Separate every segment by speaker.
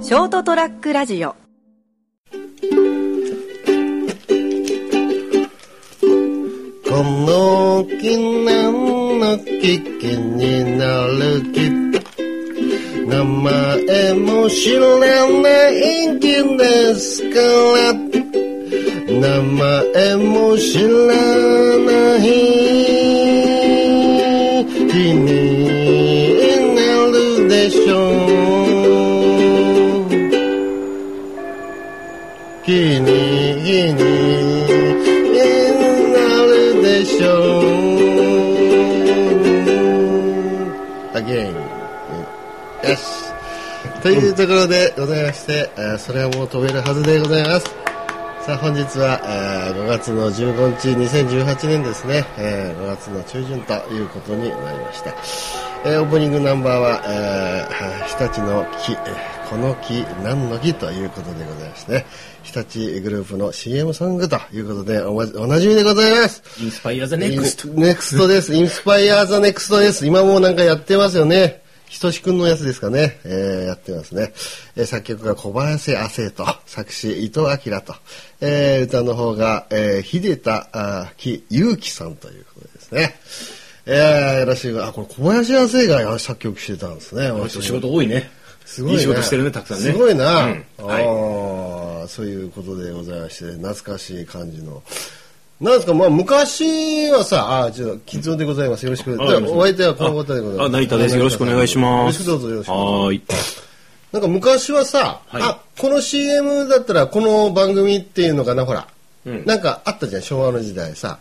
Speaker 1: ショートトラックラジオ
Speaker 2: この記念の危機になるき名前も知らないんですから名前も知らない気になるでしょう気に気になるでしょう again Yes というところでございまして、あーそれはもう飛べるはずでございます。さあ、本日は、あー5月の15日、2018年ですね、えー5月の中旬ということになりました。えーオープニングナンバーは、えー日立の木、えーこの木、何の木ということでございまして、ね、日立グループの CM ソングということで、おまおなじみでございます。
Speaker 3: インスパイアザネクスト。
Speaker 2: ト。ネクストです。インスパイアーザネクストです。今もうなんかやってますよね。ひとしくんのやつですかね。えーやってますね。えー作曲が小林亜生と、作詞伊藤明と、えー歌の方が、えー、秀田あー木祐樹さんということですね。えーよろしいあ、これ小林亜生が作曲してたんですね。
Speaker 3: 仕事多いね。
Speaker 2: すごい,、ね、
Speaker 3: いい仕事してるね、たくさんね。
Speaker 2: すごいな、
Speaker 3: うん
Speaker 2: あ
Speaker 3: は
Speaker 2: ーそういうことでございまして懐かしい感じのなんですかまあ昔はさあーちょっとキズでございますよろしく
Speaker 3: い。あ
Speaker 2: お相手はこの方でございます
Speaker 3: あ、成田です。よろしくお願いします。
Speaker 2: よろしくどうぞよろしくどうぞ
Speaker 3: はーい。
Speaker 2: なんか昔はさ、
Speaker 3: はい
Speaker 2: あこの CM だったらこの番組っていうのかなほら、
Speaker 3: うん
Speaker 2: なんかあったじゃん昭和の時代さ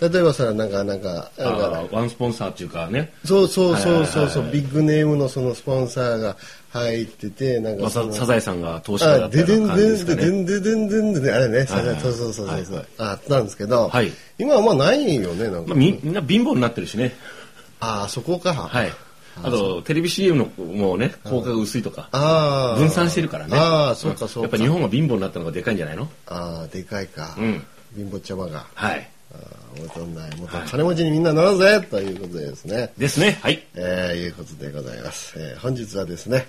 Speaker 2: 例えばさなんかなんかなんか
Speaker 3: あーワンスポンサーっていうかね、
Speaker 2: そうそうそうそうそ
Speaker 3: は
Speaker 2: う
Speaker 3: い
Speaker 2: ビッグネームのそのスポンサーが入っててなん
Speaker 3: ま
Speaker 2: か
Speaker 3: あ
Speaker 2: その
Speaker 3: ササザエさんが投資家だ
Speaker 2: あ
Speaker 3: ったよ
Speaker 2: でで
Speaker 3: うんな感じです
Speaker 2: で
Speaker 3: か
Speaker 2: んで
Speaker 3: ね。
Speaker 2: んででんでんでんであれね、
Speaker 3: はいはい
Speaker 2: そうそうそうそうそう、
Speaker 3: はい
Speaker 2: あったんですけど、
Speaker 3: はい
Speaker 2: 今はまあないよねなんか、
Speaker 3: まあ、みみんな貧乏になってるしね。
Speaker 2: ああそこかは
Speaker 3: はい。あと、テレビ CM のもうね、効果が薄いとか、
Speaker 2: ああ
Speaker 3: 分散してるからね。
Speaker 2: ああそうか
Speaker 3: ん
Speaker 2: そう
Speaker 3: やっ
Speaker 2: か、
Speaker 3: ぱ日本が貧乏になったのがでかいんじゃないの
Speaker 2: ああでかいか、
Speaker 3: うん
Speaker 2: 貧乏ちゃまが
Speaker 3: はい。
Speaker 2: ああもとんないもっと金持ちにみんななろうぜということでですね
Speaker 3: ですね。はい。
Speaker 2: えーいうことでございます、えー本日はですね、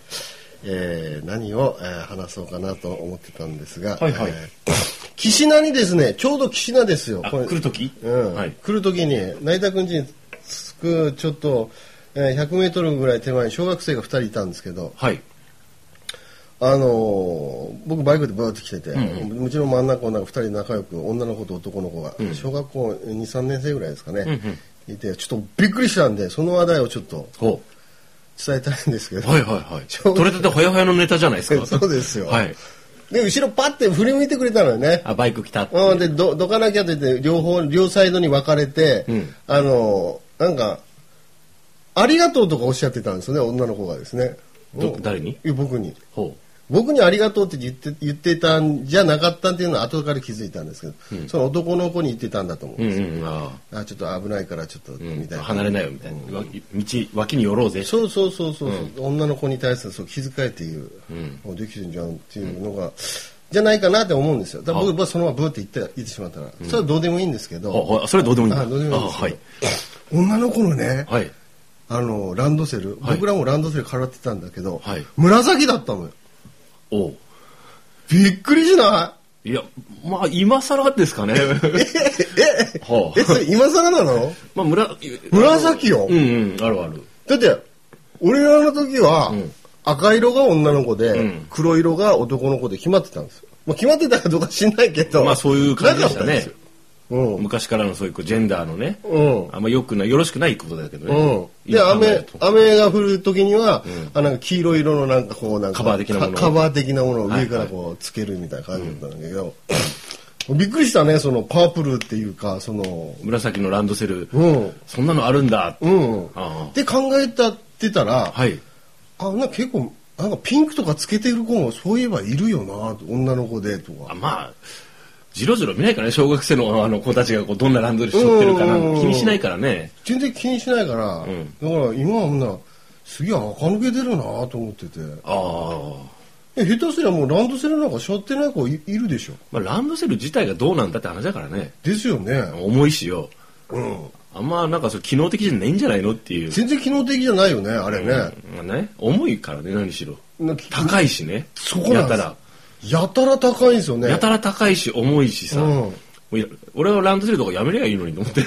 Speaker 2: えー何を、えー話そうかなと思ってたんですが、
Speaker 3: はいはい
Speaker 2: えー岸名にですねちょうど岸名ですよ
Speaker 3: あ、
Speaker 2: これ
Speaker 3: 来るとき
Speaker 2: うん
Speaker 3: はい。
Speaker 2: 来る時に成田くん家に着くちょっと、えー、100メートルぐらい手前に小学生が2人いたんですけど、
Speaker 3: はい。
Speaker 2: あのー僕バイクでバーッと来てて、もちろん真ん中をなんか2人仲良く女の子と男の子が、小学校23年生ぐらいですかね、いてちょっとびっくりしたんでその話題をちょっと
Speaker 3: ほ
Speaker 2: 伝えたいんですけど、
Speaker 3: う。はいはいはい。取れたてほやほやのネタじゃないです か。
Speaker 2: そうですよ
Speaker 3: はい。
Speaker 2: で後ろパッて振り向いてくれたのよね
Speaker 3: あ、バイク来たって。
Speaker 2: うん、でどどかなきゃって言って両方両サイドに分かれて、
Speaker 3: うん
Speaker 2: あのなんか「ありがとう」とかおっしゃってたんですよね女の子がですね
Speaker 3: ど
Speaker 2: うん
Speaker 3: 誰に
Speaker 2: いや僕に
Speaker 3: ほう。
Speaker 2: 僕に「ありがとう」って言って言ってたんじゃなかったっていうのは後から気づいたんですけど、その男の子に言ってたんだと思う、
Speaker 3: うんうん、あ
Speaker 2: あちょっと危ないからちょっと、みたいな
Speaker 3: 離れないよみたいな、わ道脇に寄ろうぜ
Speaker 2: そうそうそうそう、女の子に対するそう気遣いっていう、もうできてんじゃんっていうのが、じゃないかなって思うんですよだから僕はそのままブーって言って言ってしまったら、それはどうでもいいんですけど、
Speaker 3: ああそれはどうでもいいんだ
Speaker 2: あどうでもいいんです
Speaker 3: あはい
Speaker 2: けど女の子のね、
Speaker 3: はい
Speaker 2: あのランドセル、
Speaker 3: はい
Speaker 2: 僕らもランドセルからってたんだけど、
Speaker 3: はい
Speaker 2: 紫だったのよ
Speaker 3: おう
Speaker 2: びっくりしない
Speaker 3: やまあ今更で すかね
Speaker 2: え
Speaker 3: はあ
Speaker 2: えそれ今更なの
Speaker 3: まあ村
Speaker 2: 紫よ
Speaker 3: うんうんあるある
Speaker 2: だって俺らの時は、
Speaker 3: ん
Speaker 2: 赤色が女の子で、
Speaker 3: ん
Speaker 2: 黒色が男の子で決まってたんですよ、まあ、決まってたかどうか知んないけど
Speaker 3: まあそういう感じでした
Speaker 2: なか
Speaker 3: ね
Speaker 2: ったんですようん
Speaker 3: 昔からのそういうこうジェンダーのね、
Speaker 2: うん
Speaker 3: あんまよくないよろしくないことだけど
Speaker 2: うん
Speaker 3: ね、、
Speaker 2: で
Speaker 3: 今考え
Speaker 2: 雨
Speaker 3: ると
Speaker 2: 雨が降る時には、あなんか黄色色のなんかこうなんか
Speaker 3: カバー的なものを
Speaker 2: カカバー的なものを上か
Speaker 3: は
Speaker 2: ら
Speaker 3: いはい
Speaker 2: こうつけるみたいな感じだったんだけど、びっくりしたねそのパープルっていうかその
Speaker 3: 紫のランドセル、
Speaker 2: うん
Speaker 3: そんなのあるんだ、
Speaker 2: うん
Speaker 3: あ
Speaker 2: で考えたってたら、
Speaker 3: はい
Speaker 2: あなんか結構なんかピンクとかつけてる子もそういえばいるよな女の子でと
Speaker 3: あ
Speaker 2: か
Speaker 3: まあじろじろ見ないからね小学生のあの子たちがこうどんなランドセルしょってるかな
Speaker 2: うん
Speaker 3: 気にしないからね
Speaker 2: 全然気にしないから、
Speaker 3: ん
Speaker 2: だから今はほんなすげえ垢抜けてるなと思ってて
Speaker 3: ああ
Speaker 2: え下手すりゃもうランドセルなんか背負ってない子いいるでしょ
Speaker 3: まあ、ランドセル自体がどうなんだって話だからね
Speaker 2: ですよね、
Speaker 3: 重いしよ
Speaker 2: うん、
Speaker 3: あんまなんかそれ機能的じゃないんじゃないのっていう、
Speaker 2: 全然機能的じゃないよねあれね、
Speaker 3: まあね、重いからね何しろ
Speaker 2: な
Speaker 3: 高いしね。
Speaker 2: そこなん
Speaker 3: や
Speaker 2: で
Speaker 3: た
Speaker 2: す
Speaker 3: ら。
Speaker 2: やたら高いんですよね。
Speaker 3: やたら高いし、重いしさ。
Speaker 2: うん
Speaker 3: もういや俺はランドセルとかやめりゃいいのにと思って。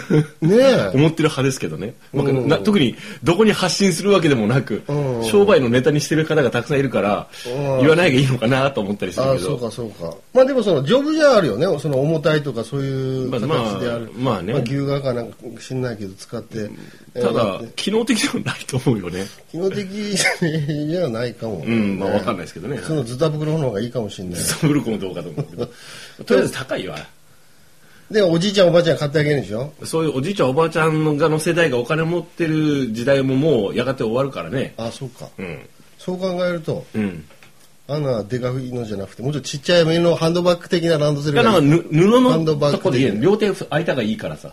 Speaker 2: ねえ。
Speaker 3: 思ってる派ですけどね、僕
Speaker 2: うん
Speaker 3: な特にどこに発信するわけでもなく、
Speaker 2: うん
Speaker 3: 商売のネタにしてる方がたくさんいるから、
Speaker 2: うん
Speaker 3: 言わないがいいのかなと思ったりす
Speaker 2: あ
Speaker 3: る
Speaker 2: あ、
Speaker 3: け
Speaker 2: そう
Speaker 3: ど
Speaker 2: かそうか。まあでもその、丈夫じゃあるよね。その重たいとかそういう
Speaker 3: まあ
Speaker 2: 形である。
Speaker 3: まあまあね
Speaker 2: 牛革かなんか知んないけど使って。え
Speaker 3: た
Speaker 2: ー
Speaker 3: だ
Speaker 2: まあ
Speaker 3: 機能的ではないと思うよね
Speaker 2: 機能的じゃないかもね。
Speaker 3: うんまあわかんないですけどね
Speaker 2: そのズタ袋の方がいいかもしれない。
Speaker 3: サブルコの動画と思うけどとりあえず高いわ
Speaker 2: で、おじいちゃんおばあちゃん買ってあげるんでしょ
Speaker 3: そういうおじいちゃんおばあちゃんがの世代がお金持ってる時代ももうやがて終わるからね
Speaker 2: ああ、そうか。
Speaker 3: うん
Speaker 2: そう考えると、
Speaker 3: うん
Speaker 2: あんなでかいのじゃなくて、もうちょっとちっちゃい目のハンドバッグ的なランドセ
Speaker 3: い
Speaker 2: ル
Speaker 3: や
Speaker 2: が
Speaker 3: なんか
Speaker 2: いい。
Speaker 3: ぬ布
Speaker 2: ハンドバッ
Speaker 3: の
Speaker 2: グ
Speaker 3: とこでいいよね両手開いたがいいからさ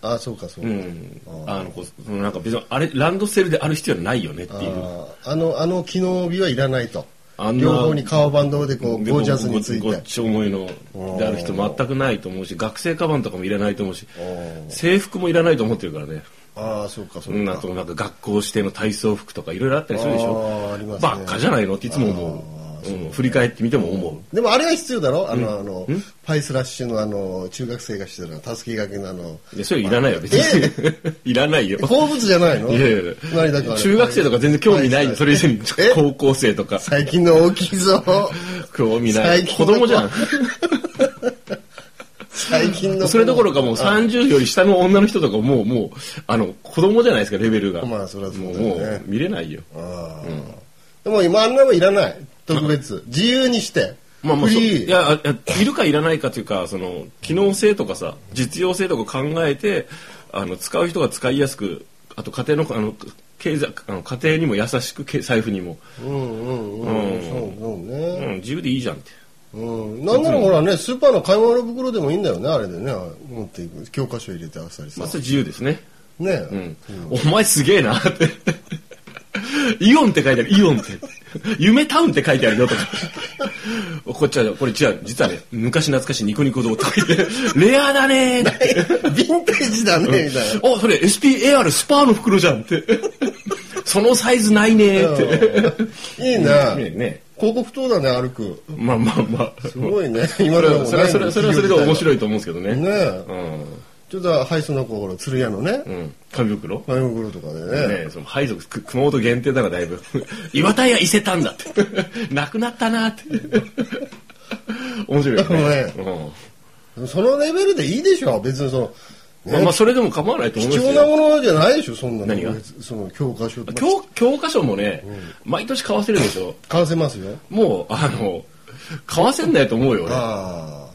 Speaker 2: ああ、そうかそう
Speaker 3: う
Speaker 2: か。
Speaker 3: ん
Speaker 2: あ
Speaker 3: あのこうなんか別にあれランドセルである必要はないよねっていう
Speaker 2: あああの、あの機能美はいらないと
Speaker 3: あん。な
Speaker 2: 両方に革バンドでこう、ゴージャスについ
Speaker 3: ごごっ
Speaker 2: て。
Speaker 3: ち思いのである人全くないと思うし学生カバンとかもいらないと思うし制服もいらないと思ってるからね
Speaker 2: ああ、そうかそう
Speaker 3: うん
Speaker 2: か。
Speaker 3: あとなんか学校指定の体操服とかいろいろあったりするでし
Speaker 2: あー
Speaker 3: ょ
Speaker 2: ありますね
Speaker 3: ばっかじゃないのっていつも思う、うん、振り返ってみても思う
Speaker 2: でもあれは必要だろあの、あの、パイスラッシュのあの、中学生がしてたら、たすきがけのあの、
Speaker 3: いやそれいらないよ別に いらないよ
Speaker 2: 好物じゃないの
Speaker 3: いやいやいや
Speaker 2: 何だかあれ
Speaker 3: 中学生とか全然興味な
Speaker 2: パイ
Speaker 3: い
Speaker 2: ス
Speaker 3: それ以前に
Speaker 2: え
Speaker 3: 高校生とか
Speaker 2: 最近の大きいぞ。
Speaker 3: 興味な
Speaker 2: 最
Speaker 3: い
Speaker 2: 近
Speaker 3: 子供じゃん
Speaker 2: 最近の。
Speaker 3: それどころかもう30より下の女の人とかもう、もう、あの、子供じゃないですか、レベルが。
Speaker 2: まあそりゃそうだよね
Speaker 3: もう、もう見れないよ。
Speaker 2: ああでも今あんなもんいらない。特別。自由にして。
Speaker 3: まあまあ、
Speaker 2: フ
Speaker 3: そい
Speaker 2: リー。
Speaker 3: や、あいやいるかいらないかというか、その、機能性とかさ、実用性とか考えて、あの、使う人が使いやすく、あと家庭の、あの、経済、あの家庭にも優しく、け財布にも、
Speaker 2: うんうんうん。
Speaker 3: うん
Speaker 2: そうそう
Speaker 3: う
Speaker 2: ね。
Speaker 3: ん、自由でいいじゃんって。
Speaker 2: うん。なんならほらね、スーパーの買い物袋でもいいんだよね、あれでね。持っていく。教科書入れてあっさりさ
Speaker 3: まあ、。それ自由ですね。
Speaker 2: ね
Speaker 3: うん。お前すげえなって。 イオンって書いてある、イオンって。夢タウンって書いてあるよとか。こっちは、これ違う、実はね、昔懐かしいニコニコ動とか言って、 レアだねーって。
Speaker 2: え。ヴィンテージだね、みたいな。
Speaker 3: お、それ SPAR スパーの袋じゃんって。 そのサイズないねーって。
Speaker 2: いいな。
Speaker 3: ねね
Speaker 2: 広告塔だね、歩く。
Speaker 3: まあまあまあ。
Speaker 2: すごいね。今
Speaker 3: それ
Speaker 2: で
Speaker 3: は
Speaker 2: も
Speaker 3: それはそれはそれはそれで面白いと思うんですけどね。
Speaker 2: ねえ
Speaker 3: うん。
Speaker 2: ちょっとハイソナ頃、鶴屋のね
Speaker 3: う、ん。紙袋
Speaker 2: 紙袋とかでね。
Speaker 3: ねえ、その配属く熊本限定だからだいぶ 岩田屋伊勢丹だって なくなったなって 面白いよね、
Speaker 2: そのレベルでいいでしょ、別にその。
Speaker 3: うんまあ、まあそれでも構わないと思うん
Speaker 2: 貴
Speaker 3: で
Speaker 2: 重
Speaker 3: すけ
Speaker 2: な
Speaker 3: ど
Speaker 2: ものじゃないでしょ、そんなの。
Speaker 3: 何が
Speaker 2: その教科書とか。
Speaker 3: 教教科書もね、毎年買わせるでしょ
Speaker 2: 買わせますよ。
Speaker 3: もうあの買わせんないと思うよ俺
Speaker 2: あ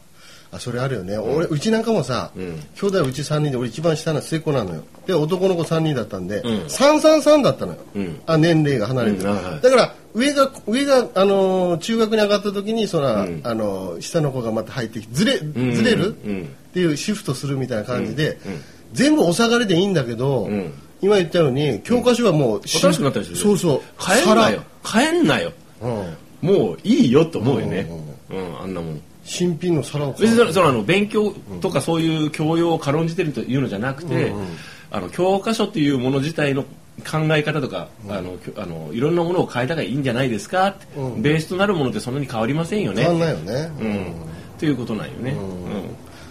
Speaker 2: あ。あ、それあるよね。俺、うちなんかもさ、兄弟うち3人で、俺一番下の末っ子なのよ。で、男の子3人だったんで、
Speaker 3: ん
Speaker 2: 333だったのよ。あ年齢が離れて、
Speaker 3: うんあはい
Speaker 2: だから、上が、上が、あのー中学に上がった時に、そら、あのー下の子がまた入ってきて、ずれ、ずれる、っていうシフトするみたいな感じで、全部お下がりでいいんだけど、今言ったように、教科書はもう、
Speaker 3: 新しくなったりする
Speaker 2: そうそう。
Speaker 3: 買えんなよ買えんなよ
Speaker 2: 皿。うん。
Speaker 3: もういいよと思うよねうん、あんなもん
Speaker 2: 新品の皿を買う
Speaker 3: 別にそのそのあの勉強とかそういう教養を軽んじてるというのじゃなくて、あの教科書というもの自体の考え方とか、あのきょあのいろんなものを変えたらいいんじゃないですかって、ベースとなるものってそんなに変わりませんよね。
Speaker 2: 変わんないよね。
Speaker 3: うん、ということなんよね。うん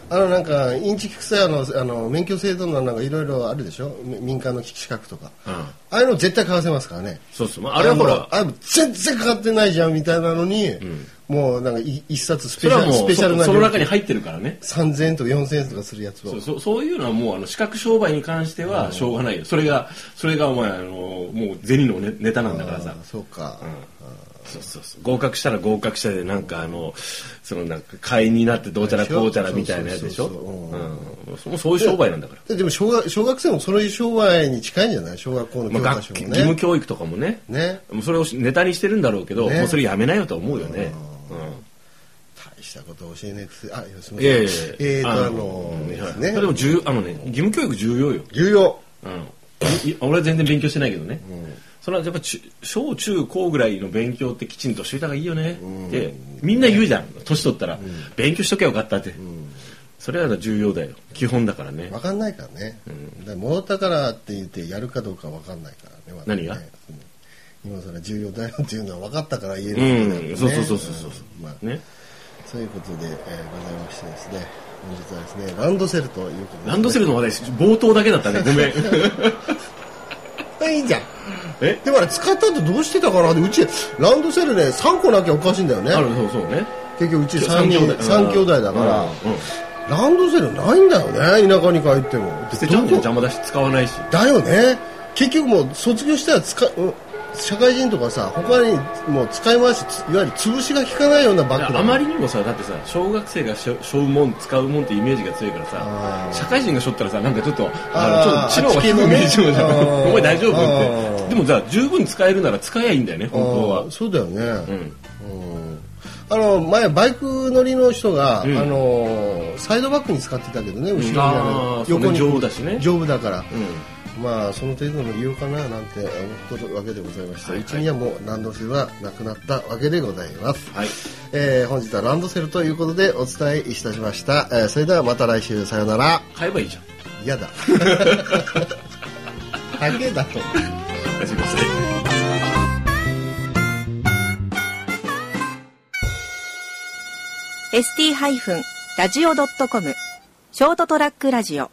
Speaker 2: あのなんかインチキ臭いあのあの免許制度のなんかいろいろあるでしょみ民間の資格とか、
Speaker 3: うん
Speaker 2: ああいうの絶対買わせますからね
Speaker 3: そうそうまああれはほら
Speaker 2: のあれ全然買ってないじゃんみたいなのに、もうなんかい一冊ス
Speaker 3: そ
Speaker 2: ペシ
Speaker 3: れ
Speaker 2: ャ
Speaker 3: は
Speaker 2: ルス
Speaker 3: もう
Speaker 2: ペシャル
Speaker 3: そ
Speaker 2: な
Speaker 3: その中に入ってるからね。
Speaker 2: 3000円とか4000円とかするやつを
Speaker 3: そうそうそういうのはもうあの視覚商売に関してはしょうがないよ。それがそれがお前あのもう銭のネネタなんだからさ。
Speaker 2: あそうか、
Speaker 3: そうそうそう合格したら合格したでなんかあのそのなんか会員になってどうちゃらこうちゃらみたいなやつでしょ
Speaker 2: そうそううそうそ
Speaker 3: んそもうそういう商売なんだから、
Speaker 2: ででも小学小学生もそれ商売に近いんじゃない小学校の 教
Speaker 3: まあ、
Speaker 2: 科
Speaker 3: 学
Speaker 2: 書
Speaker 3: 義
Speaker 2: も
Speaker 3: 務
Speaker 2: ね
Speaker 3: 教育とかもね
Speaker 2: ね
Speaker 3: もうそれをネタにしてるんだろうけど、
Speaker 2: ね
Speaker 3: もうそれやめなよと思うよね、
Speaker 2: 大したこと教えねえくせあす
Speaker 3: う
Speaker 2: み
Speaker 3: ん、
Speaker 2: ま
Speaker 3: いやいや
Speaker 2: せん
Speaker 3: いや
Speaker 2: えーとあ
Speaker 3: うん
Speaker 2: の
Speaker 3: いや
Speaker 2: ね
Speaker 3: でも重あのね義務教育重要よ、
Speaker 2: 重要
Speaker 3: うん、い俺は全然勉強してないけどね、それはやっぱ中小中高ぐらいの勉強ってきちんとしといた方がいいよねって、みんな言うじゃん年取ったら、勉強しときゃよかったって、それは重要だよ基本だからね
Speaker 2: わかんないからね、だから戻ったからって言ってやるかどうかわかんないからねまだね
Speaker 3: 何が
Speaker 2: うん今更重要だよっていうのは分かったから言える
Speaker 3: うん
Speaker 2: わけだよね
Speaker 3: そうそうそうそうそう
Speaker 2: うんまあ
Speaker 3: ね
Speaker 2: そういうことで、えーございましてですね本日はですねランドセルということで
Speaker 3: ランドセルの話題冒頭だけだったねご めん
Speaker 2: あいいじゃん
Speaker 3: え
Speaker 2: でもあれ使った後どうしてたかなでうちランドセルね3個なきゃおかしいんだよね
Speaker 3: あるそうそうね
Speaker 2: 結局うち3人3兄弟だから、
Speaker 3: うんうん
Speaker 2: ランドセルないんだよね田舎に帰っても
Speaker 3: 捨てちゃうんじゃん
Speaker 2: どこ
Speaker 3: 邪魔だし使わないし
Speaker 2: だよね結局もう卒業したら使うん社会人とかさ他にもう使い回しついわゆる潰しが効かないようなバッグだ
Speaker 3: あまりにもさだってさ小学生がしょ背負うもん使うもんってイメージが強いから
Speaker 2: あ
Speaker 3: さ
Speaker 2: ー
Speaker 3: 社会人が背負ったらさなんかちょっと
Speaker 2: あ
Speaker 3: あ
Speaker 2: ー
Speaker 3: のちょっと知能が低いイメージもじゃん
Speaker 2: あー
Speaker 3: お前大丈夫っ
Speaker 2: あ
Speaker 3: て
Speaker 2: ー
Speaker 3: でもさ十分使えるなら使えばいいんだよね本当は
Speaker 2: あーそうだよね、
Speaker 3: うん
Speaker 2: うんあの前バイク乗りの人が、
Speaker 3: ん
Speaker 2: あのサイドバッグに使ってたけどね後ろに
Speaker 3: あ
Speaker 2: あ
Speaker 3: ー
Speaker 2: る横に
Speaker 3: そうね丈夫だしね
Speaker 2: 丈夫だから、
Speaker 3: う
Speaker 2: まあその程度の利用かななんて思っとるわけでございまして、
Speaker 3: はいはいう
Speaker 2: ちにはもうランドセルはなくなったわけでございます、
Speaker 3: んはい
Speaker 2: えー本日はランドセルということでお伝えいたしました、えーそれではまた来週さよなら
Speaker 3: 買えばいいじゃん
Speaker 2: 嫌だ ハゲだと
Speaker 3: おやすみなさい
Speaker 1: ST-radio.com ショートトラックラジオ